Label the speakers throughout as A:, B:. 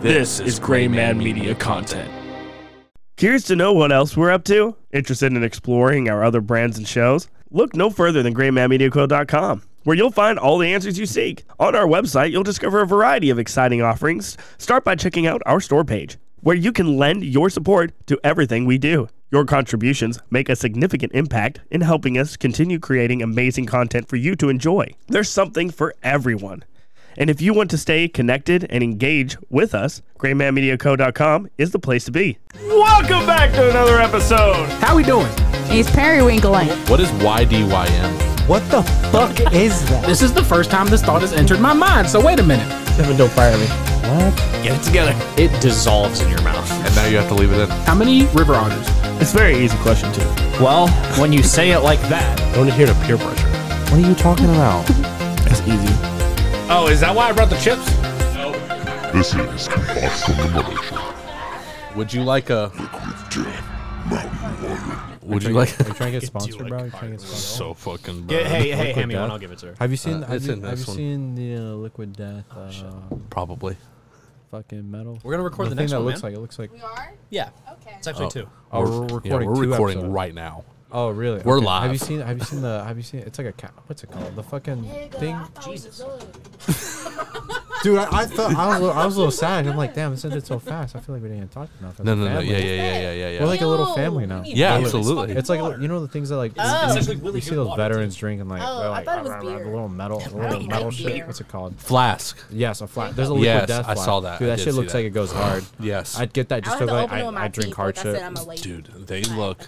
A: This is Gray Man Media content.
B: Curious to know what else we're up to? Interested in exploring our other brands and shows? Look no further than GreatMadMediaCo.com, where you'll find all the answers you seek. On our website, you'll discover a variety of exciting offerings. Start by checking out our store page, where you can lend your support to everything we do. Your contributions make a significant impact in helping us continue creating amazing content for you to enjoy. There's something for everyone. And if you want to stay connected and engage with us, GreatManMediaCo.com is the place to be. Welcome back to another episode.
C: How we doing?
D: He's periwinkling.
A: What is YDYM?
C: What the fuck is that? This is the first time this thought has entered my mind. So wait a minute. Devin, don't fire me.
B: Get it together.
E: It dissolves in your mouth.
A: And now you have to leave it in.
C: How many river otters?
B: It's a very easy question too.
E: Well, when you say it like that,
A: Don't adhere to peer pressure.
F: What are you talking about?
B: That's easy.
E: oh, is that why I brought the chips?
G: This is Box from the Mothership.
A: Would you like a?
G: Death, mountain water.
A: Would you like?
F: Are you trying to get sponsored, bro? Are you trying to get sponsored?
A: so fucking.
E: Yeah,
A: bad.
E: hey, hey, hand me one.
F: death.
E: I'll give it to her.
F: Have you seen?
A: Uh,
F: have
A: it's
F: you,
A: in
F: have
A: this
F: you
A: one.
F: seen the uh, Liquid Death uh,
A: Probably.
F: fucking metal?
E: Oh, We're gonna record the
F: thing
E: next
F: that
E: one,
F: looks
E: man.
F: like it looks like.
D: are?
E: Yeah,
D: Okay.
E: it's actually two.
F: Oh, we're, recording.
A: yeah, we're
F: two
A: recording
F: episodes.
A: right now.
F: Oh, really?
A: We're
F: Okay. Have you
A: live.
F: seen? Have you seen the? Have you seen? It's like a cat. What's it called? The fucking thing.
D: Oh,
E: Jesus.
F: Dude, I, I thought I was. a little- I was a little sad. I'm like, damn, it sent it so fast. I feel like we didn't talk enough. as
A: No,
F: a
A: no, no.
F: family.
A: Yeah, yeah, yeah, yeah, yeah, yeah.
F: We're like a little family now.
A: Yeah, absolutely.
F: It's like you know the things that like you-
D: Oh.
F: you,
E: It's like really
F: you see
E: good
F: those
E: water,
F: veterans drinking like,
D: Oh,
F: they're
D: I
F: like
D: thought it was
F: "Ah, rah, rah,"
D: beer.
F: the little metal the
D: Right,
F: little
D: like
F: metal
D: beer.
F: shit. What's it called?
A: Flask.
F: Yes, a flat. There's a liquid
A: Yes,
F: death.
A: I
F: flat.
A: saw that.
F: Dude,
A: I
F: that
A: did
F: shit
A: see
F: looks
A: that.
F: like it goes hard.
A: Yes.
F: I'd get that just because like, I, I drink hard shit.
A: Dude, they look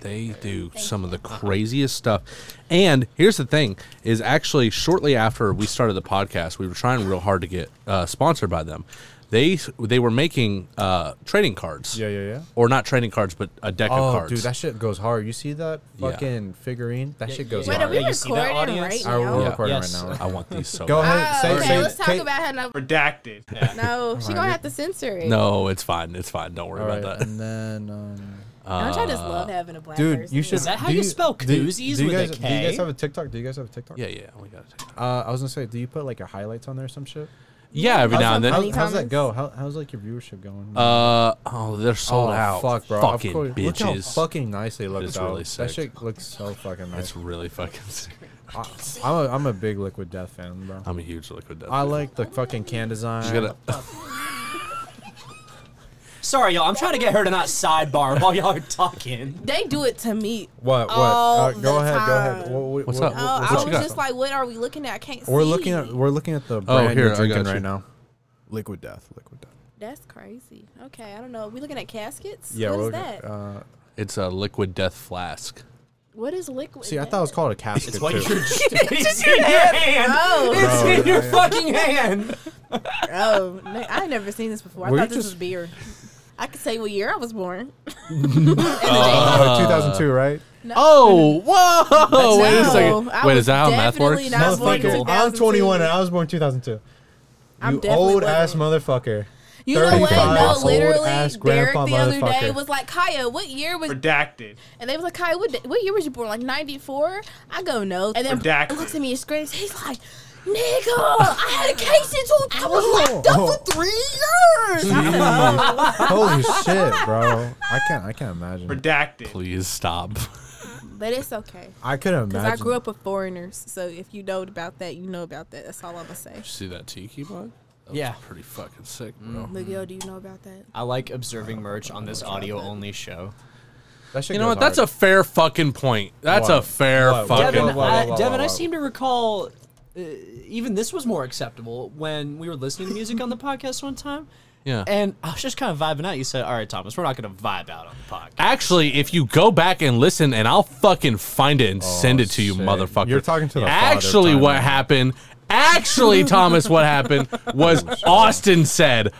A: they do some of the craziest stuff. And here's the thing is actually shortly after we started the podcast, we were trying real hard to get uh, sponsored by them. They they were making uh, trading cards.
F: Yeah, yeah, yeah.
A: Or not trading cards, but a deck
F: Oh,
A: of cards.
F: dude, that shit goes hard. You see that
A: Yeah.
F: fucking figurine? That shit goes
D: Wait,
E: Yeah,
D: are
F: hard.
D: we
E: you see that,
D: recording
E: audience?
D: right
F: All right,
D: now?
F: we're
A: Yeah.
F: recording
E: Yes.
F: right now.
A: I want these so
F: Go
A: bad.
F: ahead. Say,
D: Oh, okay,
F: say,
D: let's talk
F: Kate-
D: about her. No,
C: Redacted.
D: no she gonna have to censor it.
A: No, it's fine. It's fine. Don't worry
F: All right,
A: about that.
F: and then, um,
D: Don't you just love having a black
F: dude,
D: person?
F: you should.
E: Is that how
F: do
E: you spell
F: do you-
E: koozies
F: do you
E: with a
F: guys, Do you
E: K?
F: guys have a TikTok? Do you guys have a TikTok?
A: Yeah, yeah. We got to
F: Uh, I was gonna say, do you put like your highlights on there or some shit?
A: Yeah, every
D: How's
A: now and
D: that
A: then.
D: funny?
F: How's, how's that
D: comments?
F: go? How, how's like your viewership going?
A: Uh oh, they're sold
F: Oh,
A: out.
F: Fuck, bro. Of
A: Fucking
F: course. Look how
A: bitches.
F: fucking nice they look.
A: It's
F: though.
A: really sick.
F: That shit looks so fucking nice.
A: That's really fucking sick.
F: I'm a, I'm a big Liquid Death fan, bro.
A: I'm a huge liquid death.
F: I
A: fan.
F: like the fucking can design.
A: She's gonna-
E: Sorry, y'all. I'm trying to get her to not sidebar while y'all are talking.
D: they do it to me.
F: What? What?
D: All
F: Uh, go
D: the
F: ahead. Go ahead.
D: time.
F: What, what,
A: What's
F: what-
A: up?
D: Oh,
A: What
D: I
A: you
D: was
A: got?
D: just like, what are we looking at? I can't see.
F: We're looking at we're looking at the brand
A: Oh, here, I
F: you're drinking
A: got you.
F: right now. Liquid Death. Liquid Death.
D: That's crazy. Okay, I don't know. we looking at caskets?
F: Yeah.
D: What
F: we're
D: is
F: looking-
D: that?
F: Uh,
A: It's a liquid death flask.
D: what is liquid?
F: see, I thought it was called a casket
E: It's what you're.
F: too. Oh,
E: It's in your hand. It's in your fucking hand.
D: Oh, no, I had never seen this before. I
F: Were you
D: thought this
F: just-
D: was beer. I could say what year I was born.
A: Uh,
F: Oh, 2002, right?
A: Oh, whoa! Wait a
D: No,
A: second.
D: I
A: Wait,
D: was
A: is that how math
D: definitely
A: works?
D: not I was born in
F: Motherfucker, I'm
D: 2002.
F: 21 and I was born 2002.
D: I'm
F: you
D: definitely
F: old ass
D: wasn't.
F: motherfucker.
D: You know what?
F: 35
D: No,
F: old ass
D: literally, Derek
F: grandpa
D: the other day
F: motherfucker.
D: was like, Kaya, what year was?
C: Redacted.
D: And they was like, Kaya, what, da- what year was you born? Like '94? I go no. And then
C: Redacted.
D: looks at me and screams. He's like, nigga, I had a case in two. I
F: Oh.
D: was locked up for three years. I said,
F: Holy shit, bro! I can't. I can't imagine.
C: Redacted.
A: Please stop.
D: but it's okay.
F: I could
D: Because
F: imagine.
D: I grew up with foreigners, so if you know about that, you know about that. That's all I'm gonna say.
A: See that tiki mug? That
E: Yeah.
A: was pretty fucking sick, bro.
F: Mm.
D: Miguel, do you know about that?
E: I like observing merch on this audio-only show.
F: That shit
A: You know
F: goes
A: what? That's a
F: hard.
A: fair fucking point. That's a
F: What?
A: fair
F: What? What?
A: fucking.
E: Devin,
F: Whoa, whoa,
E: I,
F: whoa, whoa,
E: Devin, I
F: whoa.
E: seem to recall uh, even this was more acceptable when we were listening to music on the podcast one time.
A: Yeah.
E: And I was just kind of vibing out. You said, "All right, Thomas, we're not going to vibe out on the podcast."
A: Actually, if you go back and listen, and I'll fucking find it and send it to you,
F: Oh, shit.
A: motherfucker.
F: You're talking to the father
A: Actually,
F: time
A: what
F: now.
A: happened? Actually, Thomas, what happened was Austin said,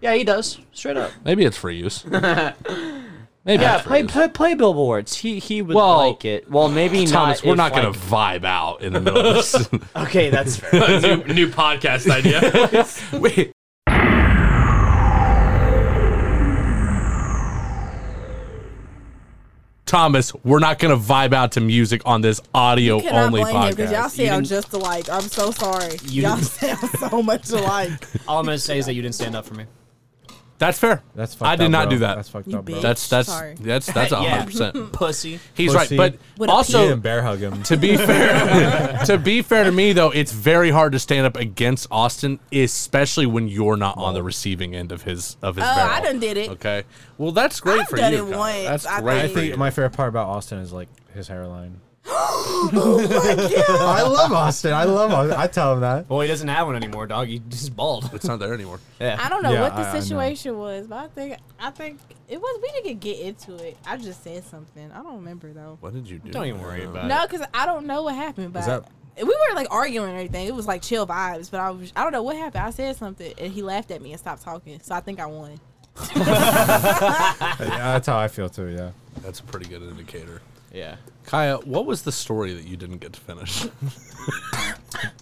E: Yeah, he does straight up.
A: maybe it's for use. Maybe
H: Yeah,
A: it's for
H: play,
A: use.
H: play play billboards. He he would
A: Well,
H: like it. Well, maybe
A: Thomas,
H: not.
A: we're
H: if,
A: not going
H: like-
A: to vibe out in the middle of this.
H: Okay, that's fair.
A: new, new podcast idea. Wait. Thomas, we're not going to vibe out to music on this audio
D: Cannot
A: only
D: blame you because y'all
A: podcast.
D: sound just alike. I'm so sorry.
C: You
D: all
C: didn't-
D: sound so much alike.
C: All I'm gonna say is that you didn't stand up for me.
A: That's fair.
F: That's fucked
A: I did
F: up,
A: not
F: bro.
A: do that.
F: That's fucked
D: You
F: up, bro.
D: bitch.
A: That's that's
D: Sorry.
A: that's that's a
C: Yeah.
A: hundred percent.
C: Pussy.
A: He's
F: Pussy.
A: right, but
D: What a
F: You
A: also
F: didn't bear hug him.
A: to be fair, to be fair to me though, it's very hard to stand up against Austin, especially when you're not on the receiving end of his of his.
D: Oh, I
A: barrel.
D: done did it.
A: Okay, well that's great
D: I've
A: for
D: done
A: you.
D: it
A: Kyle.
D: once,
A: That's
D: I
A: great.
F: I
D: think.
A: for you.
F: think my favorite part about Austin is like his hairline.
D: Oh Yeah.
F: I love Austin. I love Austin. I tell him that.
C: Well, he doesn't have one anymore, dog. He's just bald.
A: it's not there anymore.
C: Yeah.
D: I don't know
F: Yeah,
D: what
F: I- I
D: the
F: know.
D: situation was, but I think I think it was we didn't get into it. I just said something. I don't remember though.
A: What did you do?
C: Don't even worry about
D: No, because I don't know what happened. But
F: Was that-
D: we were like arguing and everything. It was like chill vibes. But I was I don't know what happened. I said something and he laughed at me and stopped talking. So I think I won.
F: Yeah, that's how I feel too. Yeah.
A: That's a pretty good indicator.
C: it. Yeah.
A: Kaya, what was the story that you didn't get to finish?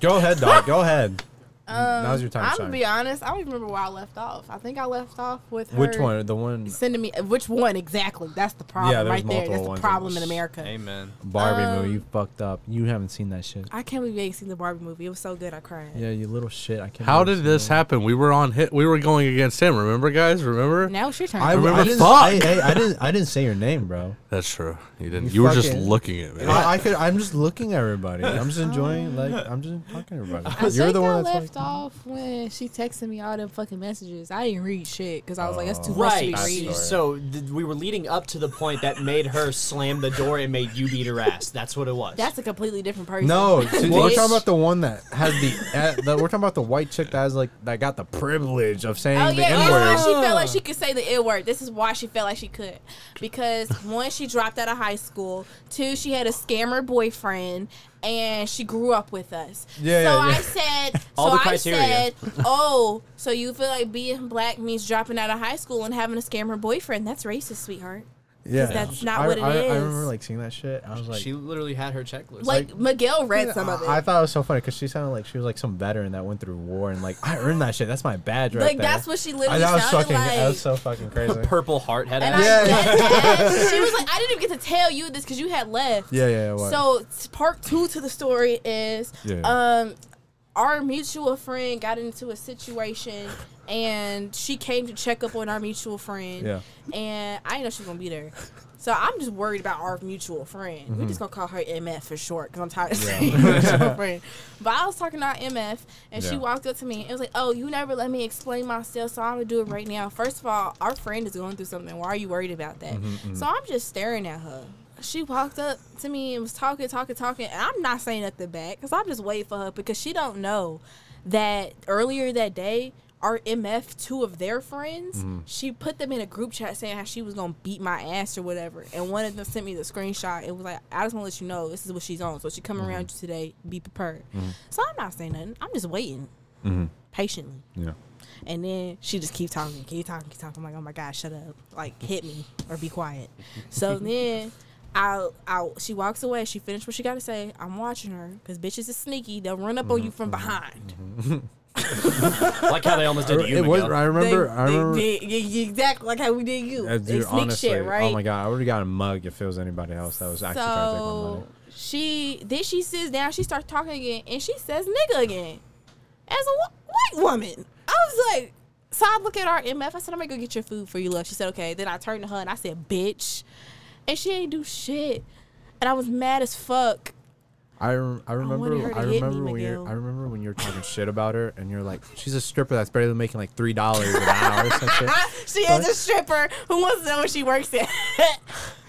F: Go ahead, dog. Go ahead. Now's your time.
D: Um, I'm
F: Sorry.
D: gonna be honest. I don't even remember where I left off. I think I left off with her
F: Which one? The one
D: sending me which one exactly. That's the problem
F: Yeah, there's
D: right there.
F: multiple
D: That's
F: ones.
D: the problem in America.
C: Amen.
F: Barbie
D: um,
F: movie? You fucked up. You haven't seen that shit.
D: I can't believe you ain't seen the Barbie movie. It was so good. I cried.
F: Yeah, you little shit. I can't.
A: How
F: believe
A: did
F: you
A: this happen? We were on hit. We were going against him. Remember, guys? Remember?
D: Now it's your turn.
F: I
A: remember-
F: I didn't,
A: Fuck.
F: I, hey, I didn't. I didn't say your name, bro.
A: That's true. You didn't. You,
F: You
A: were just
F: fucking-
A: looking at me.
F: I, I could. I'm just looking at everybody. I'm just enjoying. Like I'm just talking to everybody.
D: Um, I
F: You're
D: think
F: the
D: I
F: one that's
D: left
F: like.
D: off when she texted me all them fucking messages. I didn't read shit because I was like, that's
F: Oh.
D: too
C: Right.
D: much to be reading.
C: So th- we were leading up to the point that made her slam the door and made you beat her ass. That's what it was.
D: That's a completely different person.
F: No, see, we're
C: Bitch.
F: talking about the one that has the, uh, the. We're talking about the white chick that has like that got the privilege of saying
D: Oh
F: the
D: yeah,
F: N
D: that's why
F: word.
D: she felt like she could say the N word. This is why she felt like she could, because one, she dropped out of high school. Two, she had a scammer boyfriend, and she grew up with us.
F: Yeah,
D: so
F: yeah, yeah.
D: I said,
C: All
D: so
C: the
D: I
C: criteria.
D: said, oh, so you feel like being black means dropping out of high school and having a scammer boyfriend? That's racist, sweetheart.
F: Yeah,
D: that's not
F: I,
D: what it
F: I, I
D: is.
F: remember like seeing that shit. I was like,
C: she literally had her checklist.
D: Like, Miguel read some of it.
F: I, I thought it was so funny because she sounded like she was like some veteran that went through war and like I earned that shit. That's my badge right
D: like
F: there.
D: that's what she
F: I,
D: literally
F: that was
D: sounded
F: fucking.
D: like.
F: that was so fucking crazy.
C: purple heart had
D: and
C: ass.
D: I yeah. she was like, I didn't even get to tell you this because you had left.
F: Yeah, yeah, yeah, what?
D: So s- part two to the story is,
F: Yeah.
D: um, our mutual friend got into a situation, and she came to check up on our mutual friend.
F: Yeah.
D: And I didn't know she was gonna be there. So I'm just worried about our mutual friend. We're just gonna call her MF for short because I'm tired of saying mutual friend. But I was talking to our MF, and she
F: Yeah.
D: walked up to me and was like, "Oh, you never let me explain myself, so I'm gonna do it right now." First of all, our friend is going through something. Why are you worried about that? So I'm just staring at her. She walked up to me and was talking, talking, talking, and I'm not saying nothing back because I'm just waiting for her because she don't know that earlier that day our MF two of their friends, she put them in a group chat saying how she was gonna beat my ass or whatever. And one of them sent me the screenshot and was like, I just wanna let you know this is what she's on. So she come around you today, be prepared. So I'm not saying nothing. I'm just waiting. Patiently.
F: yeah.
D: And then she just keep talking, keep talking, keep talking. I'm like, oh my god, shut up! Like hit me or be quiet. So then, I, I, she walks away. She finished what she got to say. I'm watching her because bitches is sneaky. They'll run up on you from behind.
C: like how they almost did to you.
F: It was.
C: Miguel.
F: I remember.
D: They-
F: I
D: they
F: remember.
D: did- y- y- exactly like how we did you.
F: Uh,
D: they
F: dude,
D: sneak
F: honestly,
D: shit, right?
F: oh my god, I already got a mug if it was anybody else that was actually trying to take my money.
D: So she then she sits down. She starts talking again, and she says nigga again as a wh- white woman. I was like. So I look at our MF. I said, "I'm gonna go get your food for you, love." She said, "Okay." Then I turned to her and I said, "Bitch," and she ain't do shit. And I was mad as fuck.
F: I, rem- I remember
D: her to
F: I,
D: hit me,
F: remember when you're
D: Miguel.
F: I remember when you're talking shit about her and you're like she's a stripper that's barely making like three dollars an hour or some shit.
D: she is a stripper who wants to know what she works at.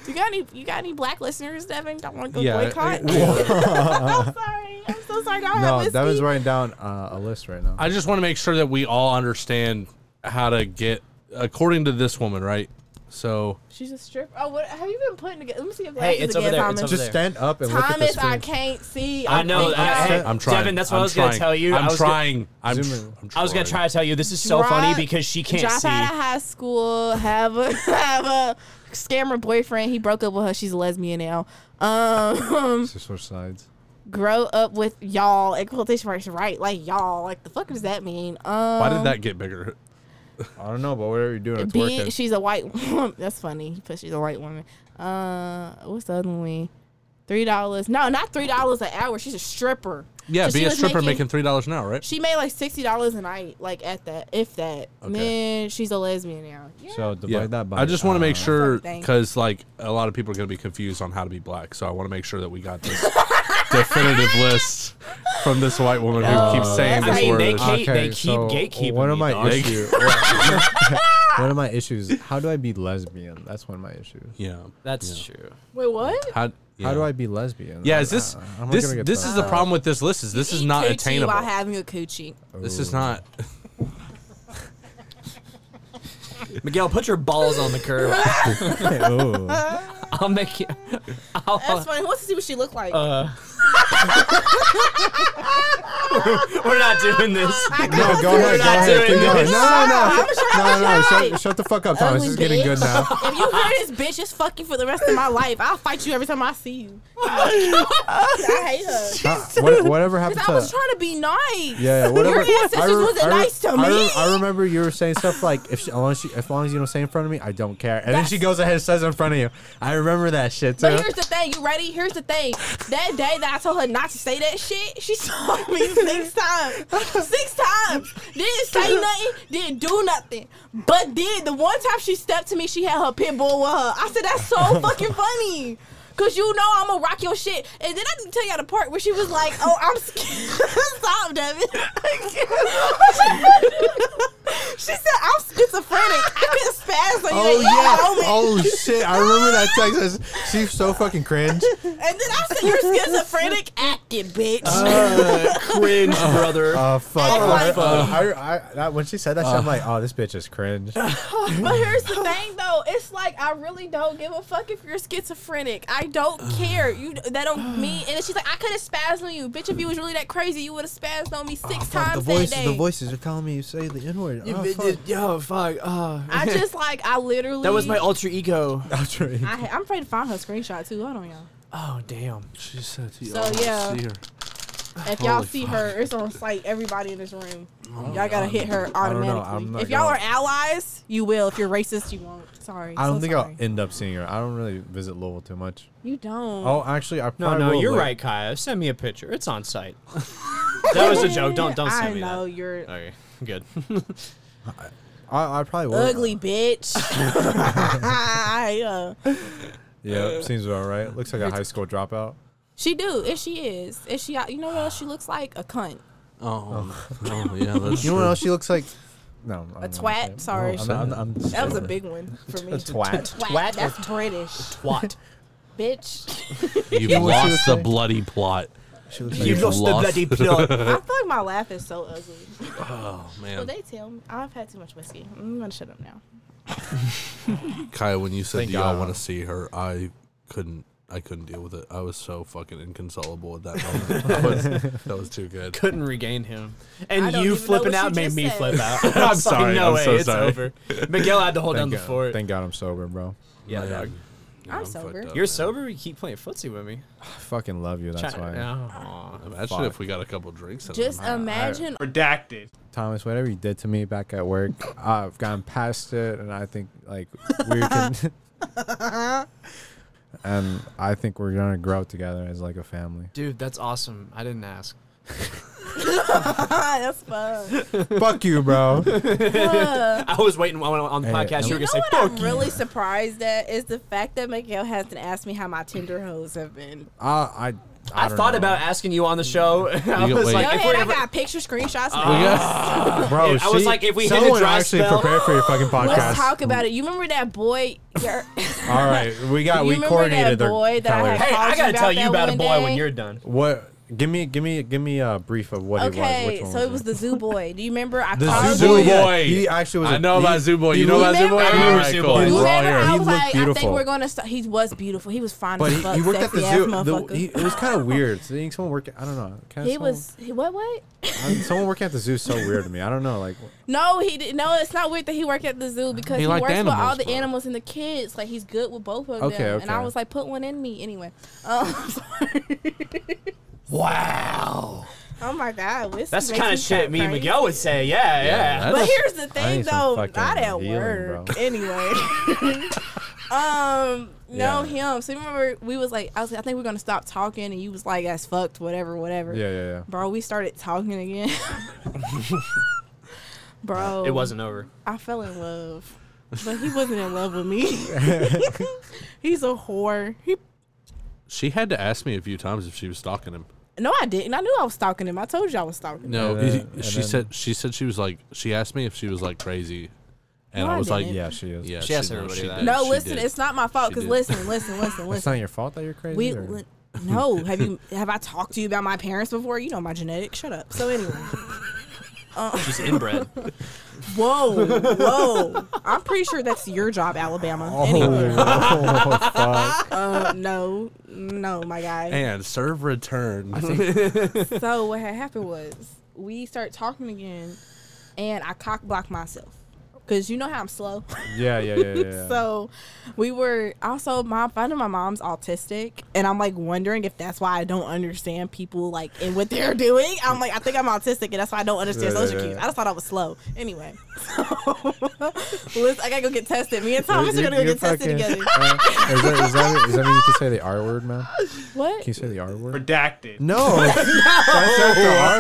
D: you got any? You got any black listeners, Devin? Don't want to go
A: Yeah,
D: boycott. I'm sorry. I'm so sorry. Y'all have
F: No,
D: whiskey.
F: that was writing down uh, a list right now.
A: I just want to make sure that we all understand how to get, according to this woman, right? So
D: She's a stripper. Oh, what have you been putting together? Let me see if
C: Hey, it's
D: glasses
C: over
D: again,
C: there,
D: Thomas.
C: it's over
F: just stand up and look at
D: Thomas,
F: the
D: I
F: screen.
D: can't see.
C: I know.
D: think
C: I,
D: y'all-
C: hey,
A: I'm trying.
C: Devin, that's what i
A: I'm
C: was going to
A: trying.
C: tell you.
A: I'm
C: I was gonna-
A: trying. I'm,
F: Zoom in.
A: tr- I'm
C: I was going to try
A: trying.
C: to tell you this is so
D: drop-
C: funny because she can't
D: drop
C: see.
D: out of high school, have a have a scammer boyfriend. He broke up with her. She's a lesbian now. Um,
F: Just switch sides.
D: grow up with y'all. In quotation marks, right? Like y'all. Like the fuck does that mean? Um,
A: Why did that get bigger?
F: I don't know, but whatever you're doing, it's
D: Being,
F: working.
D: she's a white woman. That's funny, but she's a white woman. Uh, what's the other one? Three dollars? No, not three dollars an hour. She's a stripper.
A: Yeah,
D: So she
A: be a
D: was
A: stripper making, three dollars an hour, right?
D: She made like sixty dollars a night, like at that, if that.
A: Okay.
D: Man, she's a lesbian now. Yeah.
F: So divide that by.
A: I just want to make sure
D: Something.
A: because like a lot of people are going to be confused on how to be black, so I want to make sure that we got this definitive list from this white woman who
C: Uh,
A: keeps saying
E: I
A: this
E: mean,
A: word.
E: they keep,
F: Okay,
E: they keep
F: so
E: gatekeeping.
F: One of
E: me,
F: my
E: dog.
F: issues. one of my issues. How do I be lesbian? That's one of my issues.
A: yeah,
C: That's true.
D: Wait, what?
A: how, yeah.
F: How do I be lesbian?
A: Yeah, is this
F: I- Uh, I'm not
A: this
F: gonna get
A: this
F: that.
A: is the problem with this list? Is this is
D: Eat
A: not
D: coochie
A: attainable? Oh.
D: While having a coochie.
A: This is not.
C: Miguel, put your balls on the curb.
F: Oh,
C: I'll make you.
D: That's funny. Who wants to see what she looked like?
F: Uh,
E: We're not doing this.
D: I got
F: no, go ahead, go
E: not
F: ahead, keep
E: doing
F: going.
E: this.
F: No, no, no, no, shut, shut the fuck up, Thomas.
D: Ugly
F: This is getting good now.
D: If you hear this bitch, it's fucking for the rest of my life. I'll fight you every time I see you. I hate her.
F: Uh, what, whatever happened
D: Cause
F: to
D: I was trying to be nice.
F: yeah, yeah, whatever.
D: Your ancestors
F: I re-
D: wasn't
F: I re-
D: nice to
F: I re-
D: me.
F: I remember you were saying stuff like, if she, as, long as she, as long as you don't say in front of me, I don't care. And then she
D: That's-
F: goes ahead and says it in front of you. I remember that shit too.
D: But here's the thing. You ready? Here's the thing. That day that I told her not to say that shit, she saw me six times. Six times. Didn't say nothing. Didn't do nothing. But then the one time she stepped to me, she had her pit bull with her. I said, that's so fucking funny. Cause you know I'm gonna rock your shit, and then I didn't tell you the part where she was like, "Oh, I'm scared." Stop, Devin. she said, "I'm schizophrenic. I couldn't spaz on you."
F: Oh
D: Like, yeah, homie.
F: yeah! Oh shit! I remember that text. She's so fucking cringe.
D: And then I said, "You're schizophrenic, act it, bitch."
F: Uh.
C: Cringe, brother.
F: Oh fuck!
D: Oh,
F: I,
D: fuck.
F: I, I, that, when she said that, shit, I'm like, oh, this bitch is cringe.
D: but here's the thing, though. It's like I really don't give a fuck if you're schizophrenic. I don't care. You that don't mean. And then she's like, "I could have spazzed on you, bitch. If you was really that crazy, you would have spazzed on me
F: Oh,
D: six times that day."
F: voices are telling me you say the Oh, n word.
C: Yo, fuck. Uh,
D: I just like I literally.
C: that was my alter ego.
D: I, ha- I'm afraid to find her screenshot too. Hold on, y'all.
C: Oh, damn.
A: She said,
D: So,
A: "Oh,
D: yeah.
A: see her."
D: If y'all
A: Holy
D: see her, it's on site. Everybody in this room,
F: Oh
D: y'all gotta hit her
F: don't know. I'm
D: automatically.
F: not
D: If y'all are
F: gonna-
D: allies, you will. If you're racist, you won't. Sorry.
F: I don't
D: So
F: think
D: sorry.
F: I'll end up seeing her. I don't really visit Lowell too much.
D: You don't.
F: Oh, actually, I
E: No,
F: probably
E: no,
F: will
E: you're
F: later.
E: right, Kaya. Send me a picture. It's on site. that was a joke. Don't don't send
D: I
E: me
D: know
E: that.
D: you're
E: Okay, good.
F: I, I probably will.
D: ugly, bitch. I, uh,
F: Yeah, seems about right. Looks like a high school dropout.
D: she do. If she is, if she, you know what else she looks like? A cunt,
A: Oh, oh, yeah, that's
F: You know what
A: true.
F: else she looks like? No,
D: a twat. Sorry,
F: Mm-hmm. I'm, I'm, I'm just
D: that was a
F: joking.
D: big one for me.
E: Twat.
D: Twat. That's British,
E: Twat.
D: bitch.
A: You've
F: what she
A: lost the
F: was
A: bloody plot.
F: She looks
A: You've
F: like
A: lost the bloody plot.
D: I feel like my laugh is so ugly.
A: oh
D: Well,
A: man,
D: they tell me I've had too much whiskey. I'm gonna shut up now.
A: Kaya, when you said
F: Thank
A: do y'all
F: God.
A: want to see her, I couldn't. I couldn't deal with it. I was so fucking inconsolable at that moment. that, was, that was too good.
E: Couldn't regain him.
D: I
E: And
D: don't
E: you
D: even know
E: flipping
D: what you
E: out made
D: just
E: me
D: said.
E: flip out. I'm
A: sorry,
E: No
A: I'm
E: way.
A: so
E: it's
A: sorry.
E: over. Miguel had to hold down
F: thank,
E: the
F: God,
E: fort.
F: thank God I'm sober, bro.
E: yeah,
A: Yeah.
E: dog.
A: Yeah,
D: I'm
A: fucked
D: sober.
A: up,
E: You're
A: man.
E: sober. You keep playing footsie with me. Oh.
F: I fucking love you. That's
E: Try- uh,
F: why.
E: Aw.
A: Imagine
F: Fuck.
A: if we got a couple drinks. in
D: Just
A: them.
D: imagine.
E: Redacted.
F: Thomas, whatever you did to me back at work, I've gone past it, and I think like we can. and I think we're gonna grow together as like a family.
E: Dude, that's awesome. I didn't ask.
D: Ah, that's fun.
F: Fuck you, bro.
D: Fuck.
E: I was waiting on, on the
F: Hey,
E: podcast.
F: I'm-
E: You
D: You
E: were
D: know
E: gonna say
D: what
E: fuck
D: I'm
E: you.
D: really surprised at is the fact that Miguel hasn't asked me how my Tinder hoes have been.
F: I I, I,
E: I,
F: don't
E: thought
F: know.
E: about asking you on the show. I
A: You-
E: was
A: wait.
E: like, if
D: Go ahead,
E: we're
D: I
E: ever,
D: got picture screenshots.
F: Oh,
A: We
D: now.
A: got-
F: bro.
E: I was
F: she-
E: like, if we hit a
F: someone
E: dry
F: actually
E: spell-
F: prepare for your fucking podcast.
D: Let's talk about it. You remember that boy? your-
F: All right, we got
D: You
F: we
D: remember
F: coordinated
D: that
F: their
D: boy that I
F: colors.
D: had-
E: hey,
D: Called
E: I
D: you
E: gotta
D: about
E: tell you
D: that
E: about a
D: one
E: boy
D: day.
E: when you're done.
F: What? Give me give me give me a brief of what it was.
D: okay,
F: Which one
D: so it was the zoo boy. Do you remember? I called
A: zoo
D: you.
A: boy.
F: yeah, He actually was.
A: I know about Zoo Boy. You know
D: looked-
A: about Zoo Boy.
D: Remember-
A: All right,
E: Zoo
A: cool.
E: Boy.
A: We're all
D: Remember,
A: here.
D: I
F: Oh, He
D: was
F: looked
D: like, I
F: beautiful.
D: think we're gonna. St- he was beautiful. He was fine
F: But
D: as
F: he,
D: fuck.
F: he worked at the
D: sexy ass
F: zoo. The,
D: motherfucker.
F: he, uh, it was kind of weird. Seeing someone work. I don't know. Kinda
D: He
F: someone,
D: was he, what? What?
F: I- someone working at the zoo is so weird to me. I don't know. Like
D: No, he did. No, it's not weird that he worked at the zoo because
A: He
D: he,
A: liked
D: works with all
A: animals,
D: the
A: bro.
D: animals and the kids. Like he's good with both of
F: Okay,
D: them. And I
F: okay.
D: was like, put one in me anyway. Um, I'm sorry.
E: Wow.
D: I'm Oh my god, whiskey
E: That's the
D: makes
E: kind of shit
D: go
E: me and
D: crazy.
E: Miguel would say. Yeah, yeah.
D: But here's the thing,
F: need some
D: though,
F: fucking
D: not at
F: healing,
D: work
F: bro.
D: anyway. um, no
A: Yeah.
D: him. So you remember we was like, I was like, I think we're gonna stop talking, and you was like, that's fucked, whatever, whatever.
F: Yeah, yeah, yeah.
D: Bro, we started talking again. Bro,
E: It wasn't over.
D: I fell in love, but he wasn't in love with me. He's a whore. He.
A: She had to ask me a few times if she was stalking him.
D: No, I didn't. I knew I was stalking him. I told you I was stalking him.
A: No,
F: And
A: he-
F: then- and
A: she
F: then-
A: said she said she was like she asked me if she was like crazy, and
D: No,
A: I
D: I
A: was like,
D: didn't.
F: Yeah, she is.
A: yeah,
C: She
A: she,
C: asked
A: no,
C: everybody
A: she
C: that.
A: did,
D: No,
A: she
D: listen,
A: did.
D: it's not my fault.
A: She
D: Because
A: did.
D: listen, listen, listen,
F: It's
D: listen.
F: not your fault that you're crazy.
D: We
F: or-
D: li- no. Have you have I talked to you about my parents before? You know my genetics. Shut up. So anyway,
C: She's inbred.
D: whoa, whoa. I'm pretty sure that's your job, Alabama. Anyway,
F: oh, fuck.
D: uh, no, no, my guy.
A: and serve return.
D: So what had happened was we start talking again, and I cock blocked myself because you know how I'm slow.
F: Yeah, yeah, yeah, yeah. yeah.
D: so we were also my finding my mom's autistic and i'm like wondering if that's why i don't understand people like and what they're doing i'm like i think i'm autistic and that's why i don't understand
F: Yeah,
D: social
F: yeah,
D: cues
F: yeah.
D: i just thought i was slow anyway so let's, i gotta go get tested me and thomas are
F: You-
D: gonna go
F: you're
D: get tested
F: fucking-
D: together
F: Uh, is, that, is, that, is that mean you can say the R word, man? Can
D: what
F: you say the R word?
E: Redacted.
F: No. That's not the R.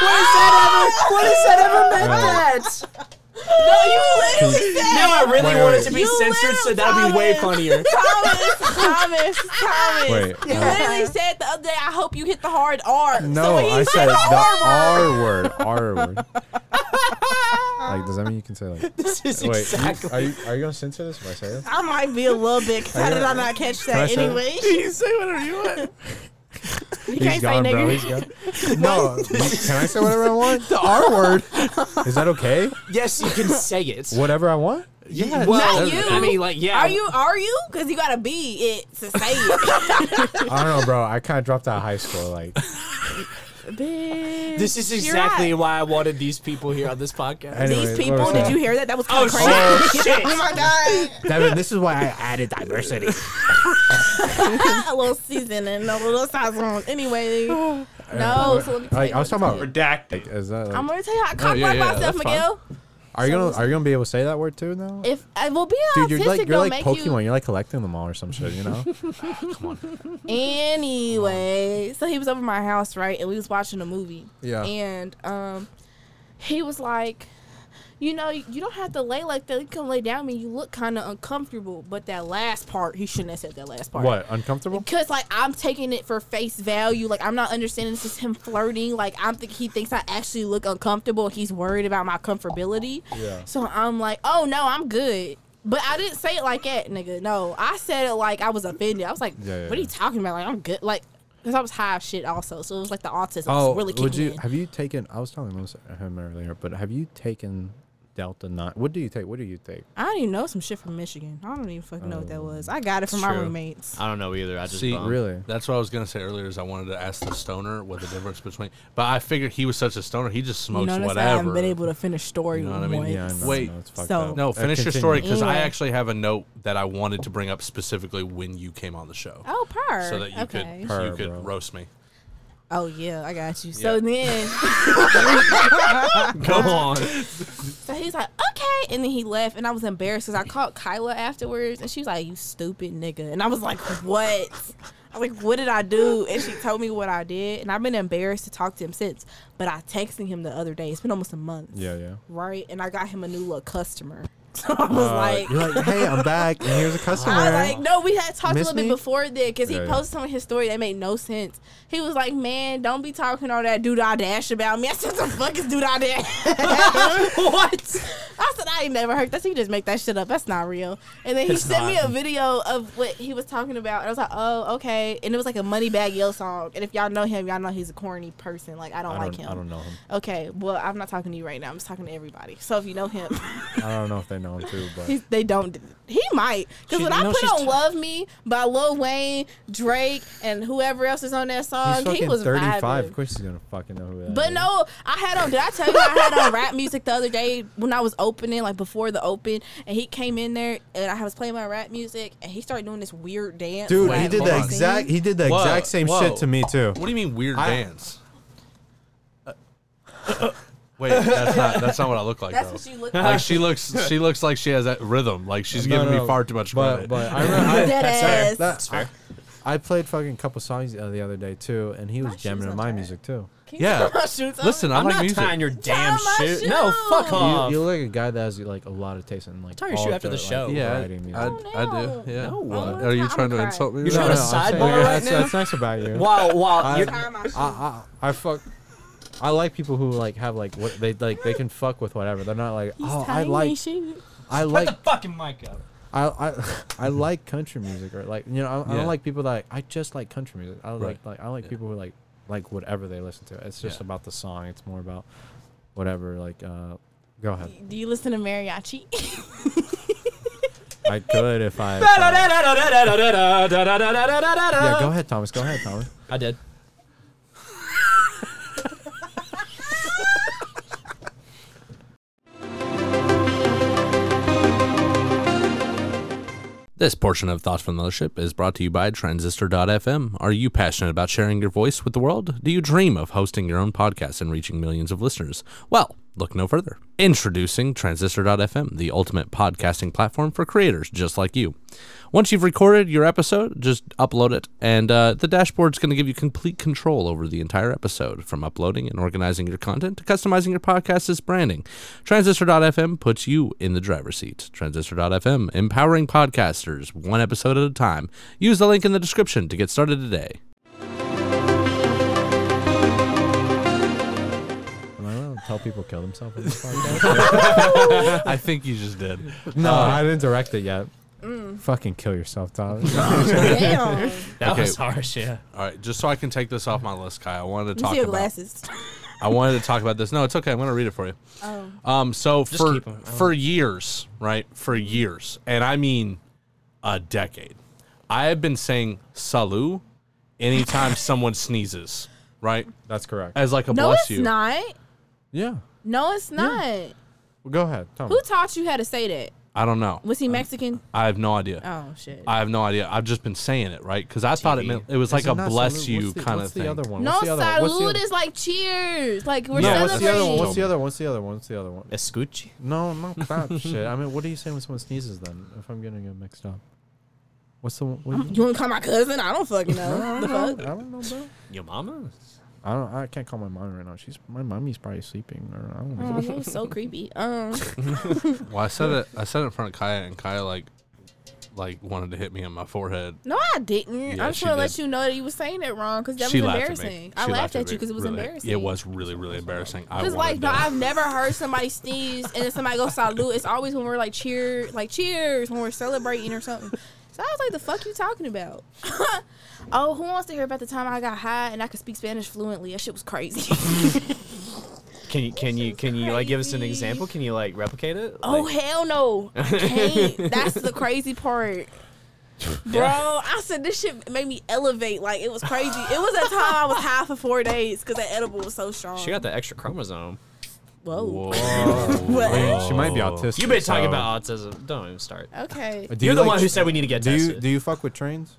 C: What does that ever meant
F: Right.
C: that?
D: no you literally said
E: Now I really
F: Wait,
E: want
F: wait.
E: it to be
D: You
E: censored, so
D: little
E: that'd be way
D: Thomas.
E: funnier.
D: Thomas, Thomas, Thomas.
F: Wait. uh,
D: You literally said the other day, I hope you hit the hard R.
F: No,
D: when he
F: I said
D: the
F: the
D: R word.
F: R word. R word. Like, does that mean you can say like?
E: This is
F: Wait,
E: exactly.
F: are you are you gonna censor this if I say this?
D: I might be a little bit. 'cause How did I not catch
F: I
D: that
F: say-
D: anyway? You say whatever you want. you
F: He's
D: can't
F: gone,
D: say
F: bro.
D: nigger.
F: He's gone. No, can I say whatever I want? The R word. Is that okay?
E: yes, you can say it.
F: Whatever I want.
E: Yeah.
D: Not
E: Well,
D: you.
E: I mean, like, yeah.
D: Are you? Are you? Because you gotta be it to say it.
F: I don't know, bro. I kind of dropped out of high school. Like,
D: Bitch.
E: This is
D: You're
E: exactly
D: right.
E: why I wanted these people here on this podcast.
F: anyways,
D: These
F: what
D: people.
F: was
D: Did
F: that?
D: you hear that? That was kind
E: Oh
D: of crazy.
E: shit! shit.
D: Oh my god!
F: Devin, this is why I added diversity.
D: a little seasoning, a little sazon. Anyway, no. So let me tell
F: Like,
D: you
F: I was talking about.
E: Redacted.
F: Is that like, oh,
D: I'm gonna tell you how I
A: No,
D: cock
A: yeah,
D: blocked
A: yeah,
D: myself,
A: that's fine.
D: Miguel.
F: are you gonna are you gonna be able to say that word too now?
D: If I will be autistic,
F: Dude, you're like you're
D: don't make
F: like Pokemon. You... are like collecting them all or some shit. You know?
D: you. Anyway, so he was over at my house, right, and we was watching a movie.
F: Yeah.
D: And um, he was like, you know, you don't have to lay like that. You can lay down and you look kind of uncomfortable. But that last part, he shouldn't have said that last part.
F: what uncomfortable?
D: Cause like I'm taking it for face value, like I'm not understanding this is him flirting. Like I'm think he thinks I actually look uncomfortable. He's worried about my comfortability.
F: Yeah.
D: So I'm like, oh no, I'm good. But I didn't say it like that, nigga. No, I said it like I was offended. I was like,
F: Yeah, yeah,
D: what are you
F: yeah.
D: talking about? Like I'm good. Like because I was high as shit also, so it was like the autism
F: Oh,
D: was really
F: would
D: kicking
F: you
D: in.
F: have you taken? I was telling him him earlier, but have you taken Delta Nine? What do you take? What do you take?
D: I don't even know some shit from Michigan. I don't even fucking know what
A: Um,
D: that was. I got it from my
E: true.
D: roommates.
E: I don't know either. I just
A: See,
E: bummed.
F: Really?
A: That's what I was gonna say earlier. Is I wanted to ask the stoner what the difference between, but I figured he was such a stoner, he just smokes
D: Notice I
A: whatever.
D: haven't been able to finish story
A: You know what I mean?
D: once.
F: Yeah, I know,
A: Wait,
F: I know, it's fucked
D: so-
F: up.
A: no,
F: Uh,
A: finish your
F: continue.
A: story because I
D: Anyway.
A: actually have a note that I wanted to bring up specifically when you came on the show,
D: Oh, per.
A: so that you
D: okay.
A: could
F: Purr,
A: you could
F: bro.
A: roast me.
D: Oh yeah, I got you. So
A: Yeah.
D: then,
E: Go on.
D: so he's like, okay, and then he left, and I was embarrassed because I called Kyla afterwards, and she was like, "You stupid nigga," and I was like, "What?" I was like, "What did I do?" And she told me what I did, and I've been embarrassed to talk to him since. But I texted him the other day. It's been almost a month.
F: Yeah, yeah.
D: Right, and I got him a new little customer. So I
A: Uh,
D: was like.
F: You're like, hey, I'm back, and here's a customer.
D: I was like, no, we had talked
F: Miss
D: a little bit
F: me?
D: before then because
F: Yeah,
D: he
F: yeah.
D: posted some of his story that made no sense. He was like, man, don't be talking all that dude dash about me. I said, the fuck is dude dash?
E: what?
D: I said I ain't never heard that. So you just make that shit up. That's not real. And then he sent me a video of what he was talking about, and I was like, oh, okay. And it was like a Money Bag Yo song. And if y'all know him, y'all know he's a corny person. Like I don't,
F: I
D: like
F: don't,
D: him.
F: I don't know him.
D: Okay, well I'm not talking to you right now. I'm just talking to everybody. So if you know him,
F: I don't know if they know him too, but
D: he's, they don't. He might because
E: She-
D: when I
E: no,
D: put
E: she's
D: on
E: t-
D: "Love Me" by Lil Wayne, Drake, and whoever else is on that
F: he's
D: song, he
F: fucking
D: was
F: 35.
D: 35.
F: Of course, he's gonna fucking know who that is.
D: But no, I had on. Did I tell you I had on rap music the other day when I was opening, like before the open, and he came in there and I was playing my rap music and he started doing this weird dance.
F: dude,
D: like,
F: he did
A: hold
F: the
A: on.
F: exact. He did the
A: Whoa,
F: exact same
A: whoa.
F: shit to me too.
A: What do you mean weird
F: I-
A: dance? Wait, that's not that's not what I look like.
D: That's
A: though.
D: what you look
A: like.
D: like.
A: She looks she looks like she has that rhythm. Like she's
F: No,
A: giving
F: no,
A: me far too much
F: But
A: credit.
F: but I remember I,
D: Dead ass.
F: that- I, I played fucking couple songs uh, the other day too, and he was
D: shoes
F: jamming to
D: on
F: my
D: tight.
F: music too.
A: yeah,
D: Shoes on.
A: listen, I
E: I'm
A: like
E: not
A: music.
E: tying your damn
D: Tie my
E: shoe. No, fuck
D: shoe.
F: You,
E: off.
F: you look like a guy that has like a lot of taste in like
E: Tie your
F: all
E: shoe
F: of
E: after the
F: like,
E: show.
A: yeah, I,
F: variety of music.
A: I, I
D: No.
A: do. Yeah.
E: No.
A: What? Are you
D: I'm
A: trying to
D: crying.
A: insult me?
C: You're trying
A: right
C: to
A: now?
C: sidebar
F: I'm saying,
C: right
F: that's,
C: now?
F: that's nice about you.
C: Wow, wow. you're-
D: Tie my shoe.
F: I, I, I fuck. I like people who like have like what they like. They can fuck with whatever. They're not like oh I like I
C: Put
F: like
C: the fucking mic up.
F: I, I I like country music or like you know I, I
A: Yeah.
F: don't like people that like, I just like country music. I
A: Right.
F: like like I like people who like like whatever they listen to. It's just
A: Yeah.
F: about the song. It's more about whatever. Like uh, go ahead.
D: Do you listen to mariachi?
F: I could if I. yeah, go
C: I
F: ahead, Thomas. Go ahead, Thomas.
C: did.
A: This portion of Thoughts from the Mothership is brought to you by Transistor.fm. Are you passionate about sharing your voice with the world? Do you dream of hosting your own podcast and reaching millions of listeners? Well, look no further. Introducing Transistor.fm, the ultimate podcasting platform for creators just like you. Once you've recorded your episode, just upload it, and uh, the dashboard's going to give you complete control over the entire episode, from uploading and organizing your content to customizing your podcast's branding. Transistor.fm puts you in the driver's seat. Transistor.fm, empowering podcasters one episode at a time. Use the link in the description to get started today.
F: Am I allowed to tell people kill themselves on this podcast?
A: I think you just did.
F: no, I didn't direct it yet.
D: Mm.
F: Fucking kill yourself, Thomas.
D: Damn.
E: That
A: Okay.
E: was harsh, yeah.
A: All right, just so I can take this off my list, Kai, I wanted to
D: You
A: talk
D: see your
A: about.
D: glasses.
A: I wanted to talk about this. No, it's okay. I'm going to read it for you.
D: Oh.
A: Um, so for
E: keep 'em. I
A: for years, right? For years, and I mean a decade, I have been saying "salu" anytime someone sneezes, right?
F: That's correct.
A: As like a
D: No,
A: bless
D: it's
A: you.
D: not.
F: Yeah.
D: No, it's not.
F: Well, go ahead,
D: Who
F: Thomas.
D: taught you how to say that?
A: I don't know.
D: Was he Mexican?
A: I have no idea.
D: Oh shit.
A: I have no idea. I've just been saying it, right? Because I thought it meant it was like
F: Is it
A: a
F: not
A: bless
F: salute?
A: you
F: What's the-
A: kind
F: what's
A: of thing.
F: the other one?
D: no,
F: What's the other- what's the
D: salud
F: other-
D: is like cheers. Like we're
A: No,
F: What's the other one?
D: celebrating.
F: What's the other one? What's the other one? What's the other one?
E: Escuchi?
F: No, not that shit. I mean, what do you say when someone sneezes then? If I'm getting it mixed up, what's the one? What do you,
D: You wanna call my cousin? I don't fucking know.
F: I don't know. I don't know, bro.
E: Your mama?
F: I don't. I can't call my mom right now. She's my mommy's probably sleeping, or I don't know.
D: Oh, that was so creepy. Um,
A: Well, I said it. I said it in front of Kaya, and Kaya like like wanted to hit me on my forehead.
D: no, I didn't.
A: Yeah,
D: I'm
A: she
D: sure I let
A: did.
D: you know that you were saying that wrong because that
A: she
D: was
A: laughed
D: embarrassing.
A: at me.
D: I
A: She
D: laughed at you
A: me,
D: because it was
A: really.
D: embarrassing.
A: It was really, really embarrassing. I
D: Because like,
A: wanted
D: no,
A: to-
D: I've never heard somebody sneeze and then somebody go salute. It's always when we're like cheer, like cheers when we're celebrating or something. So I was like, the fuck you talking about? oh, who wants to hear about the time I got high and I could speak Spanish fluently? That shit was crazy.
E: Can you can you can you like give us an
D: crazy.
E: example? Can you like replicate it?
D: oh
E: Like-
D: hell no, I can't. That's the crazy part. Bro, I said this shit made me elevate. Like it was crazy. It was a time I was high for four days because that edible was so strong.
E: She got the extra chromosome.
D: Whoa.
A: Whoa.
D: What?
F: Wait, she might be autistic.
E: You've been talking
F: so- Uh,
E: about autism. Don't even start.
D: Okay.
F: Do
E: You're
F: you
E: the
F: like
E: one who
F: tr-
E: said we need to get
F: Do you
E: tested.
F: do you fuck with trains?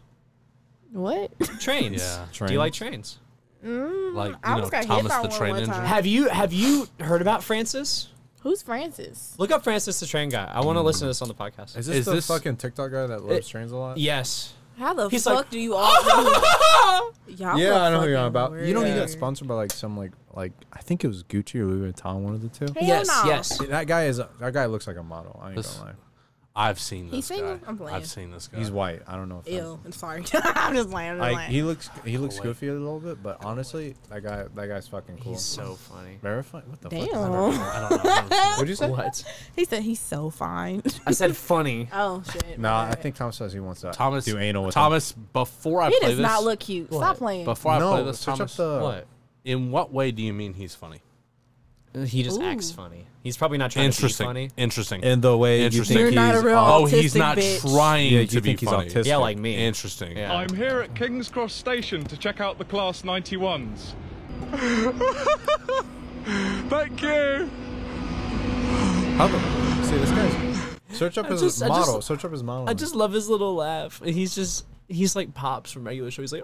D: What?
E: trains.
A: Yeah.
E: Do you like trains?
A: like you
D: I
A: know
D: almost got hit
A: Thomas
D: by
A: the
D: one
A: Train
D: one
A: Engine.
D: time.
E: Have you have you heard about Francis?
D: Who's Francis?
E: Look up Francis the Train Guy. I want to listen to this on the podcast.
F: Is this
A: Is
F: the
A: this-
F: fucking TikTok guy that loves trains a lot?
E: yes.
D: How the
E: He's
D: fuck
E: like-
D: do you all know? Y'all
F: Yeah,
D: are
F: I know who you're on
D: fucking
F: about. You know he got
D: weird.
F: sponsored by like some like like I think it was Gucci or Louis Vuitton, one of the two.
D: Hell
E: yes.
D: no.
E: Yes.
F: That guy is that guy looks like a model. I ain't
A: This-
F: gonna lie.
A: I've seen this
D: He's
A: guy.
D: single? I'm playing.
A: I've seen this guy.
F: He's white. I don't know if that's-
D: Ew. I'm sorry. I'm just lying. I'm just
F: Like
D: lying.
F: he looks, he looks
A: wait.
F: goofy a little bit, but honestly, that guy, that guy's fucking cool.
E: He's so funny.
F: Verified? What the
D: Damn.
F: fuck?
A: I don't know. I don't know.
F: What'd you say?
E: What?
D: He said he's so fine.
E: I said funny.
D: oh shit.
F: No, I
D: Alright.
F: think Thomas says he wants to
A: Thomas
F: do anal with
A: Thomas. Before I
D: he
A: play
D: does
A: this,
D: not look cute. Stop playing.
A: before
F: Him.
A: I
F: No,
A: play this,
F: switch up
A: Thomas.
F: the.
E: What?
A: In what way do you mean he's funny?
E: He just acts funny. He's probably not trying
A: Interesting.
E: to be funny.
A: Interesting.
F: In the way you
A: Interesting.
F: think
D: You're
F: he's
D: not a real
A: oh, he's
D: autistic
A: not
D: bitch.
A: trying
F: Yeah, you
A: to be
F: think he's
A: funny.
F: autistic.
E: Yeah, like me.
A: Interesting.
E: Yeah.
I: I'm here at King's Cross Station to check out the Class 91s. Thank you!
F: How the- See this guy's. Search up his
E: just- I
F: model.
E: just-
F: search up his model.
E: I just love his little laugh. He's just he's like pops from regular show. He's like,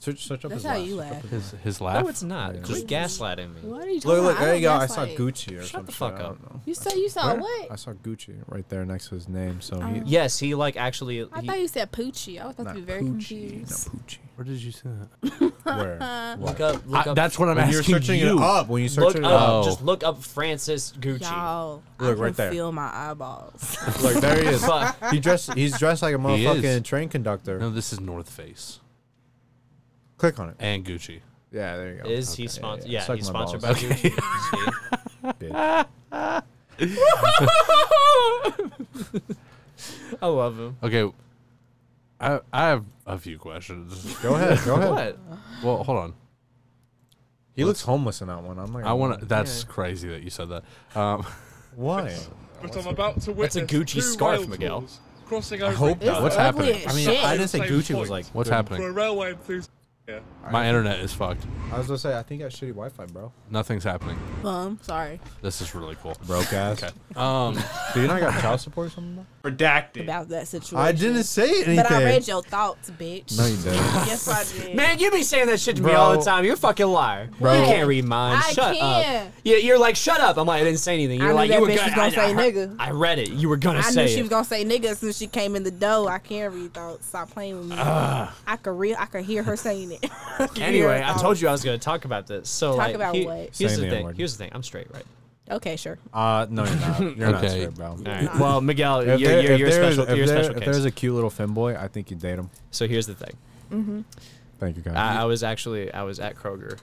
F: Search, search up
D: That's
F: his
D: how
F: laugh.
D: you
F: Search up
D: laugh.
A: His, his laugh.
E: No, it's not.
F: Yeah.
E: Just gaslighting me.
D: What are you talking
F: Look, look,
D: about? I
F: there you go.
D: don't
F: I saw
D: gaslight.
F: Gucci or
E: Shut the
F: something.
E: fuck up.
D: You said you saw
F: I
D: what?
F: saw Gucci right there next to his name. So he,
D: Oh.
E: Yes, he like actually.
D: I
E: he-
D: thought you said Poochie. I was about
F: not
D: to be very
F: Gucci,
D: confused.
F: not Gucci.
A: Where did you see that?
F: Where? What?
E: look up. Look
A: I-
E: up
A: that's what I'm
F: When you're
A: asking
F: searching
A: you.
F: it up, when you search
E: Look
F: it
E: up.
F: up,
A: Oh.
E: Just look up Francis Gucci.
D: Y'all,
F: Look,
D: I
F: right
D: can
F: there.
D: feel my eyeballs.
F: look there he is.
E: Fuck.
F: He dressed. He's dressed like a
A: He is.
F: motherfucking train conductor.
A: No, this is North Face
F: Click on it.
A: and Gucci.
F: Yeah, there you go.
E: Is he
F: Okay,
E: sponsored?
F: yeah,
E: Yeah,
F: suck
E: he's
F: my
E: sponsored by
F: balls.
E: Gucci. See?
F: Bitch.
E: I love him.
A: Okay, I I have a few questions.
F: Go ahead. Go ahead.
E: What?
A: Well, hold on.
F: He looks homeless in that one. I'm like,
A: I want to. That's crazy that you said that. Um,
F: Why?
I: But I'm about to witness
E: That's a Gucci
I: two
E: scarf,
I: rail
E: Miguel.
I: tours Crossing over
F: I hope
D: It's
F: not.
A: What's
D: ugly
A: happening?
D: as
F: I mean,
D: shit.
F: I didn't say
I: Same
F: Gucci
I: point.
F: was like.
A: what's
F: good.
I: for a
A: happening?
I: railway enthusiast. Yeah.
A: My internet is fucked.
F: I was gonna say. I think I got shitty Wi-Fi, bro.
A: Nothing's happening.
D: Bum. Sorry
A: This is really cool.
F: Broke ass.
A: Okay. Um,
F: Do you not got child support or something?
I: Redacted.
D: about that situation.
F: I didn't say anything.
D: But I read your thoughts, bitch.
F: No, you didn't.
D: yes, I did.
E: Man, you be saying that shit to me all the time. You're a fucking liar.
F: Bro.
E: You can't read mine.
D: I
E: Shut
D: can.
E: up. Yeah, you're like, shut up. I'm like, I didn't say anything.
D: I
E: You're
D: knew
E: like,
D: that
E: you were
D: bitch
E: gonna,
D: was gonna
E: I, I,
D: say nigga.
E: I read it. You were gonna
D: I
E: say
D: knew she
E: it.
D: was gonna say nigga as soon as she came in the door. I can't read thoughts. Stop playing with me. I could read. I could hear her saying it. I could hear
E: anyway,
D: her
E: I
D: thoughts.
E: told you I was gonna talk about this. So
D: Talk
E: like,
D: about
E: he-
D: what?
E: Here's
F: Say
E: the
F: the
E: thing.
F: N-word.
E: Here's the thing. I'm straight, right?
D: Okay, sure.
F: Uh, no, you're not. You're not
A: Okay.
F: straight, bro.
E: All right. Well, Miguel, you're,
F: If there-
E: you're,
F: if
E: you're
F: there is-
E: special.
F: if
E: you're
F: there-
E: special
F: If
E: case.
F: there's a cute little femboy, I think you date him.
E: so here's the thing.
F: Thank you, guys.
E: I, I was actually I was at Kroger,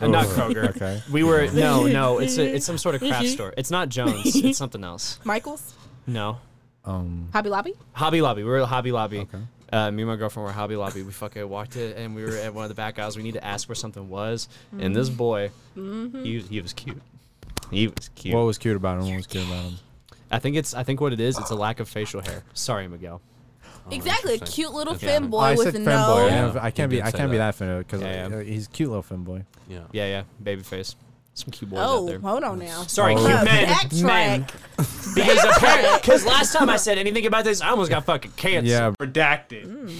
E: Uh, not
F: Oh.
E: Kroger.
F: Okay.
E: We were no no. It's a, it's some sort of craft store. It's not Jones. It's something else.
D: Michaels,
E: No.
F: Um,
D: Hobby Lobby.
E: Hobby Lobby. We were at Hobby Lobby.
F: Okay.
E: Uh, me and my girlfriend were at Hobby Lobby. We fucking walked in and we were at one of the back aisles. We need to ask where something was. And
D: Mm-hmm.
E: this boy, he, was- he was cute. He was cute.
F: what was cute about him? What was cute about him?
E: I think it's I think what it is. It's a lack of facial hair. Sorry, Miguel.
D: Oh, exactly, a
A: interesting.
D: cute little
A: Interesting.
D: fanboy
F: I
D: with
F: said
D: no.
F: femboy.
A: Yeah.
F: I, I can't
A: He
F: be.
A: did
F: I
A: say
F: can't be that femboy because
E: Yeah, yeah.
F: he's a cute little femboy.
A: yeah.
E: Yeah, yeah, baby face. Some cute boys out
D: Oh,
E: there.
D: hold on now.
E: Sorry,
F: Oh.
E: cute men.
D: Backtrack.
E: Men. Because apparently, because last time I said anything about this, I almost got fucking cancer.
F: Yeah,
I: Redacted.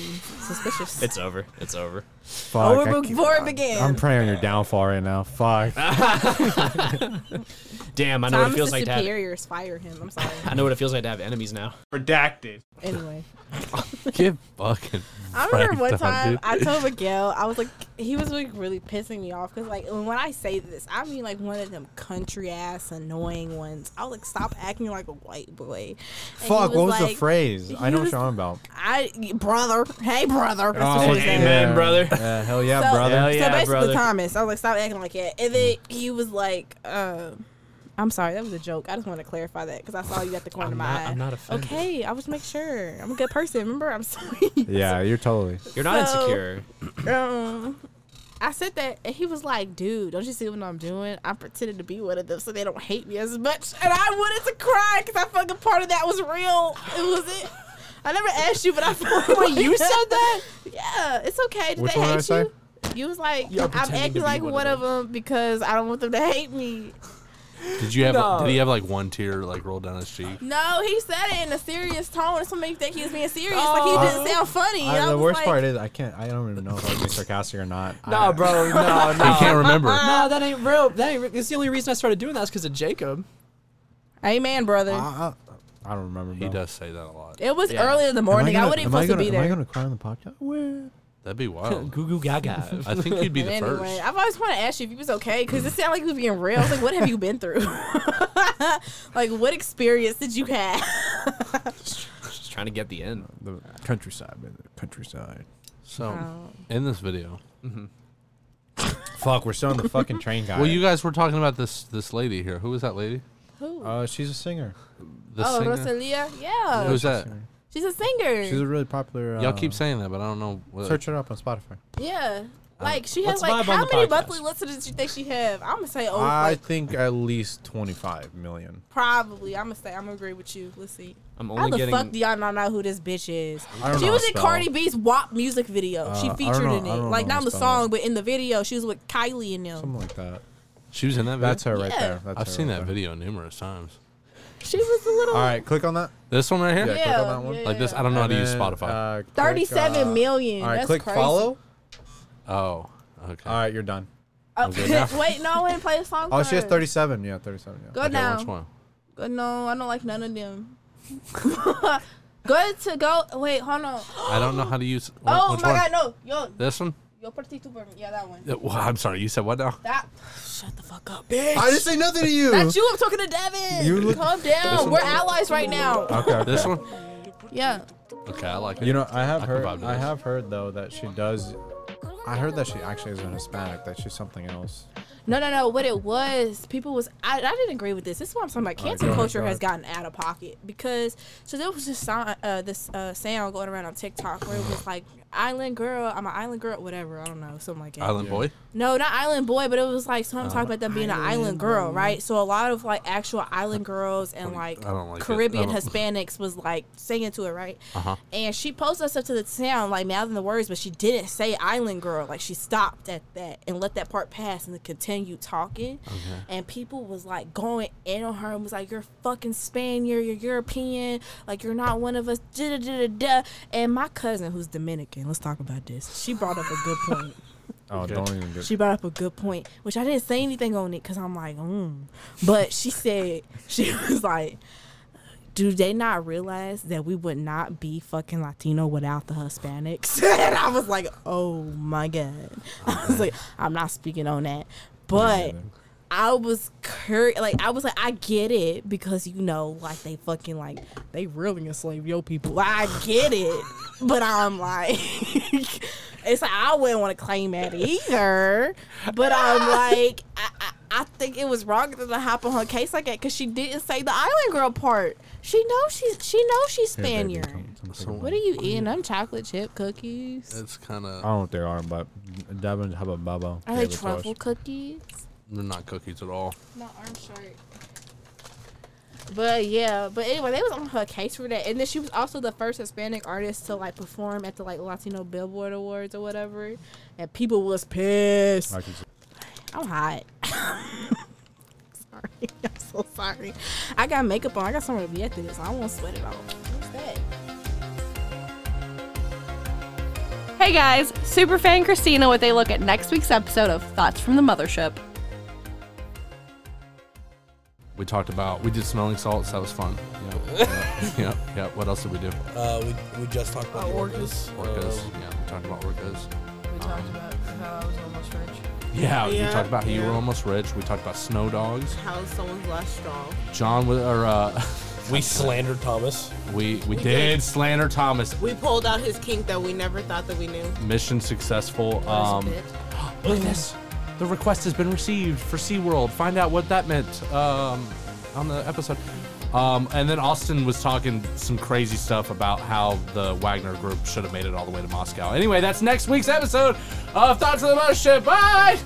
D: Suspicious.
E: It's over. It's over.
F: fuck.
D: Over
F: I can't-
D: before it began.
F: I'm praying on your downfall right now. Fuck.
E: Damn, I know what
D: Thomas
E: it feels
D: is
E: like to have.
D: superiors. Fire him. I'm sorry.
E: I know what it feels like to have enemies now.
I: Redacted.
D: anyway.
A: Get fucking.
D: I remember
A: pranked
D: one
A: on,
D: time
A: dude.
D: I told Miguel, I was like, he was like really pissing me off because, like, when I say this, I mean like one of them country ass annoying ones. I was like, stop acting like a white boy. And he
F: Fuck. What was the
D: like,
F: phrase? I know what
D: was-
F: you're on about.
D: I, brother, hey, brother. That's
F: Oh,
D: what he said.
E: Amen,
F: yeah.
E: brother.
F: Yeah, hell yeah,
D: So,
F: brother.
E: Hell
D: so
E: yeah,
D: basically,
E: brother.
D: Thomas, I was like, stop acting like that. And then he was like, um, I'm sorry, that was a joke. I just want to clarify that because I saw you at the corner
E: I'm
D: of my
E: not-
D: eye.
E: I'm not offended.
D: Okay, I was make sure. I'm a good person. Remember, I'm sorry.
F: Yeah, you're totally.
E: You're not
D: So-
E: insecure.
D: um, I said that, and he was like, "Dude, don't you see what I'm doing? I'm pretending to be one of them so they don't hate me as much." And I wanted to cry because I fucking part of that was real. It was it. I never asked you, but I felt like
E: you said
D: that. Yeah, it's okay. Did
F: Which
D: they
F: one did I
D: hate
F: say?
D: you? You was like,
E: You're
D: I'm
E: pretending to
D: acting
E: be
D: like
E: one of
D: one of them because I don't want them to hate me.
A: Did you have?
E: No.
A: Did he have like one tear like rolled down his cheek?
D: No, he said it in a serious tone. That's what made me think he was being serious. Like he didn't sound funny. And I
F: the
D: was
F: worst
D: like,
F: part is I can't. I don't even know if I was being sarcastic or not. I,
E: No, bro. No,
A: I
E: no.
A: can't remember.
E: No, that ain't real. That ain't. Real. It's the only reason I started doing that is because of Jacob.
D: "Amen, brother."
F: I, I, I don't remember.
A: He
F: bro.
A: does say that a lot.
D: it was
E: Yeah.
D: early in the
F: Am I
D: morning. I,
F: gonna-
D: wouldn't
F: am
D: supposed
F: gonna,
D: to be there.
F: Am I gonna cry on the podcast? Where?
A: That'd be wild.
E: Goo goo gaga.
A: I think you'd be the
D: anyway,
A: first.
D: I've always wanted to ask you if you was okay because it sounded like you was being real. I was like, what have you been through? like, what experience did you have?
E: Just trying to get the end.
F: The countryside, man. The countryside.
A: So in this video,
F: Fuck, we're still on the fucking train guy.
A: well, you guys were talking about this this lady here. Who was that lady?
D: Who?
F: Uh, she's a singer.
A: The
D: oh,
A: singer.
D: Rosalia. Yeah,
A: Who's that?
F: Singer.
D: she's a singer.
F: She's a really popular. Uh,
A: Y'all keep saying that, but I don't know. What,
F: Search it up on Spotify.
D: yeah,
F: Uh,
D: like she
E: What's
D: has
E: vibe
D: like
E: on
D: how
E: the
D: many
E: podcast?
D: monthly listeners do you think she have? I'm gonna say over.
F: I
D: Oh, like,
F: think at least 25 million.
D: Probably, I'm gonna say I'm gonna agree with you. Let's see.
E: I'm
D: How
E: only
D: the
E: getting.
D: fuck do y'all not know who this bitch is?
F: I don't
D: She
F: know
D: was
F: how
D: in
F: to
D: Cardi
F: spell.
D: B's WAP music video.
F: Uh, I
D: she
F: don't
D: featured
F: know-
D: in
F: I
D: it,
F: don't
D: like
F: know
D: not
F: how to
D: in the
F: spell
D: song, but in the video, she was with Kylie and them.
F: Something like that.
A: She was in that video.
F: That's her right
D: Yeah.
F: there. That's
A: I've
F: her
A: seen
F: right
A: that
F: there.
A: video numerous times.
D: She was a little.
F: All right, click on that.
A: This one right here?
F: Yeah, click
D: Yeah,
F: on that one.
D: yeah,
A: Like this? I don't know
F: And
A: how to use
F: then,
A: Spotify.
F: uh, click,
D: Thirty-seven
F: uh,
D: million.
F: All right,
D: That's
F: click
D: crazy.
F: follow.
A: oh, okay.
F: All right, you're done.
D: Oh,
A: Okay, now-
D: wait, no, I didn't play a song.
F: Oh, she has
D: first.
F: 37. Yeah, 37. Yeah.
D: Go
A: okay,
D: now.
A: which one?
D: Go- no, I don't like none of them. go to go. Wait, hold on.
A: I don't know how to use. wh-
D: Oh
A: which
D: my
A: one?
D: God, no, yo,
A: This one?
D: yo, partito por yeah, that one.
A: Uh, well, I'm sorry. You said what now?
D: That. Shut the fuck up, bitch.
F: I didn't say nothing to you.
D: That's you. I'm talking to Devin.
F: You look- Uh,
D: Calm
A: This
D: down.
A: one-
D: We're allies right now.
F: Okay. okay.
A: This one?
D: Yeah.
A: Okay, I like it.
F: You know, I have
A: I can
F: heard.
A: vibe with
F: I
A: this.
F: have heard though that she does. I heard that she actually isn't Hispanic. That she's something else.
D: No, no, no. What it was, people was. I, I didn't agree with this. This is what I'm talking about.
F: All right,
D: Cancel
F: go ahead,
D: culture
F: go
D: has
F: ahead.
D: gotten out of pocket because so there was this song, uh, this uh, sound going around on TikTok where it was like island girl. I'm an island girl, whatever. I don't know, something like that.
A: Island Boy?
D: No, not island boy, but it was like someone talking about them being an island girl, right? So a lot of like actual island girls and like,
A: I don't like it.
D: Caribbean
A: I don't-
D: Hispanics was like singing to it, right?
A: Uh-huh.
D: And she posted us up to the town, like mouthing the words, but she didn't say island girl. Like she stopped at that and let that part pass and then continued talking. And people was like going in on her and was like, You're fucking Spaniard, you're European, like you're not one of us. Da, da, da, da, da. And my cousin, who's Dominican, let's talk about this. She brought up a good point.
F: Oh, don't even get.
D: She brought up a good point, which I didn't say anything on it because I'm like, mm. but she said she was like, "Do they not realize that we would not be fucking Latino without the Hispanics?" and I was like, "Oh my god!" I was like, "I'm not speaking on that," but. I was cur- like I was like I get it because you know like they fucking like they really enslave your people. Like, I get it, but I'm like it's like I wouldn't want to claim that either. But I'm like I, I, I think it was wrong of them to hop on her case like that because she didn't say the island girl part. She knows she's she knows she's
F: Here, baby,
D: Spaniard.
F: come- come take a
A: So-
F: look.
D: What are you eating? I'm chocolate chip cookies.
A: It's kind
F: I
A: of.
F: don't know if they are, but Devin, how about Babo?
D: Are they truffle cookies?
A: They're not cookies at all.
D: No arm shirt. But yeah, but anyway, they was on her case for that, and then she was also the first Hispanic artist to like perform at the like Latino Billboard Awards or whatever, and people was pissed. I'm hot. sorry, I'm so sorry. I got makeup on. I got somewhere to be at this. I won't sweat it all. What's that?
J: Hey guys, Superfan Christina with a look at next week's episode of Thoughts from the Mothership.
A: We talked about. We did smelling salts. That was fun. Yeah. yeah, yeah, yeah. What else did we do?
K: Uh, we, we just talked about the orcas.
A: Orcas.
K: Um,
A: yeah, we talked about orcas.
L: Uh,
A: Um,
L: We talked about how I was almost rich.
A: Yeah, we
L: Yeah,
A: talked about how you were
L: yeah.
A: almost rich. We talked about snow dogs.
L: How someone's last straw.
A: John was. Or, uh,
K: we slandered Thomas.
A: We we
L: did.
A: did slander Thomas.
L: We pulled out his kink that we never thought that we knew.
A: Mission successful. Um, look at this. The request has been received for SeaWorld. Find out what that meant um, on the episode. Um, and then Austin was talking some crazy stuff about how the Wagner group should have made it all the way to Moscow. Anyway, that's next week's episode of Thoughts of the Mothership. Bye!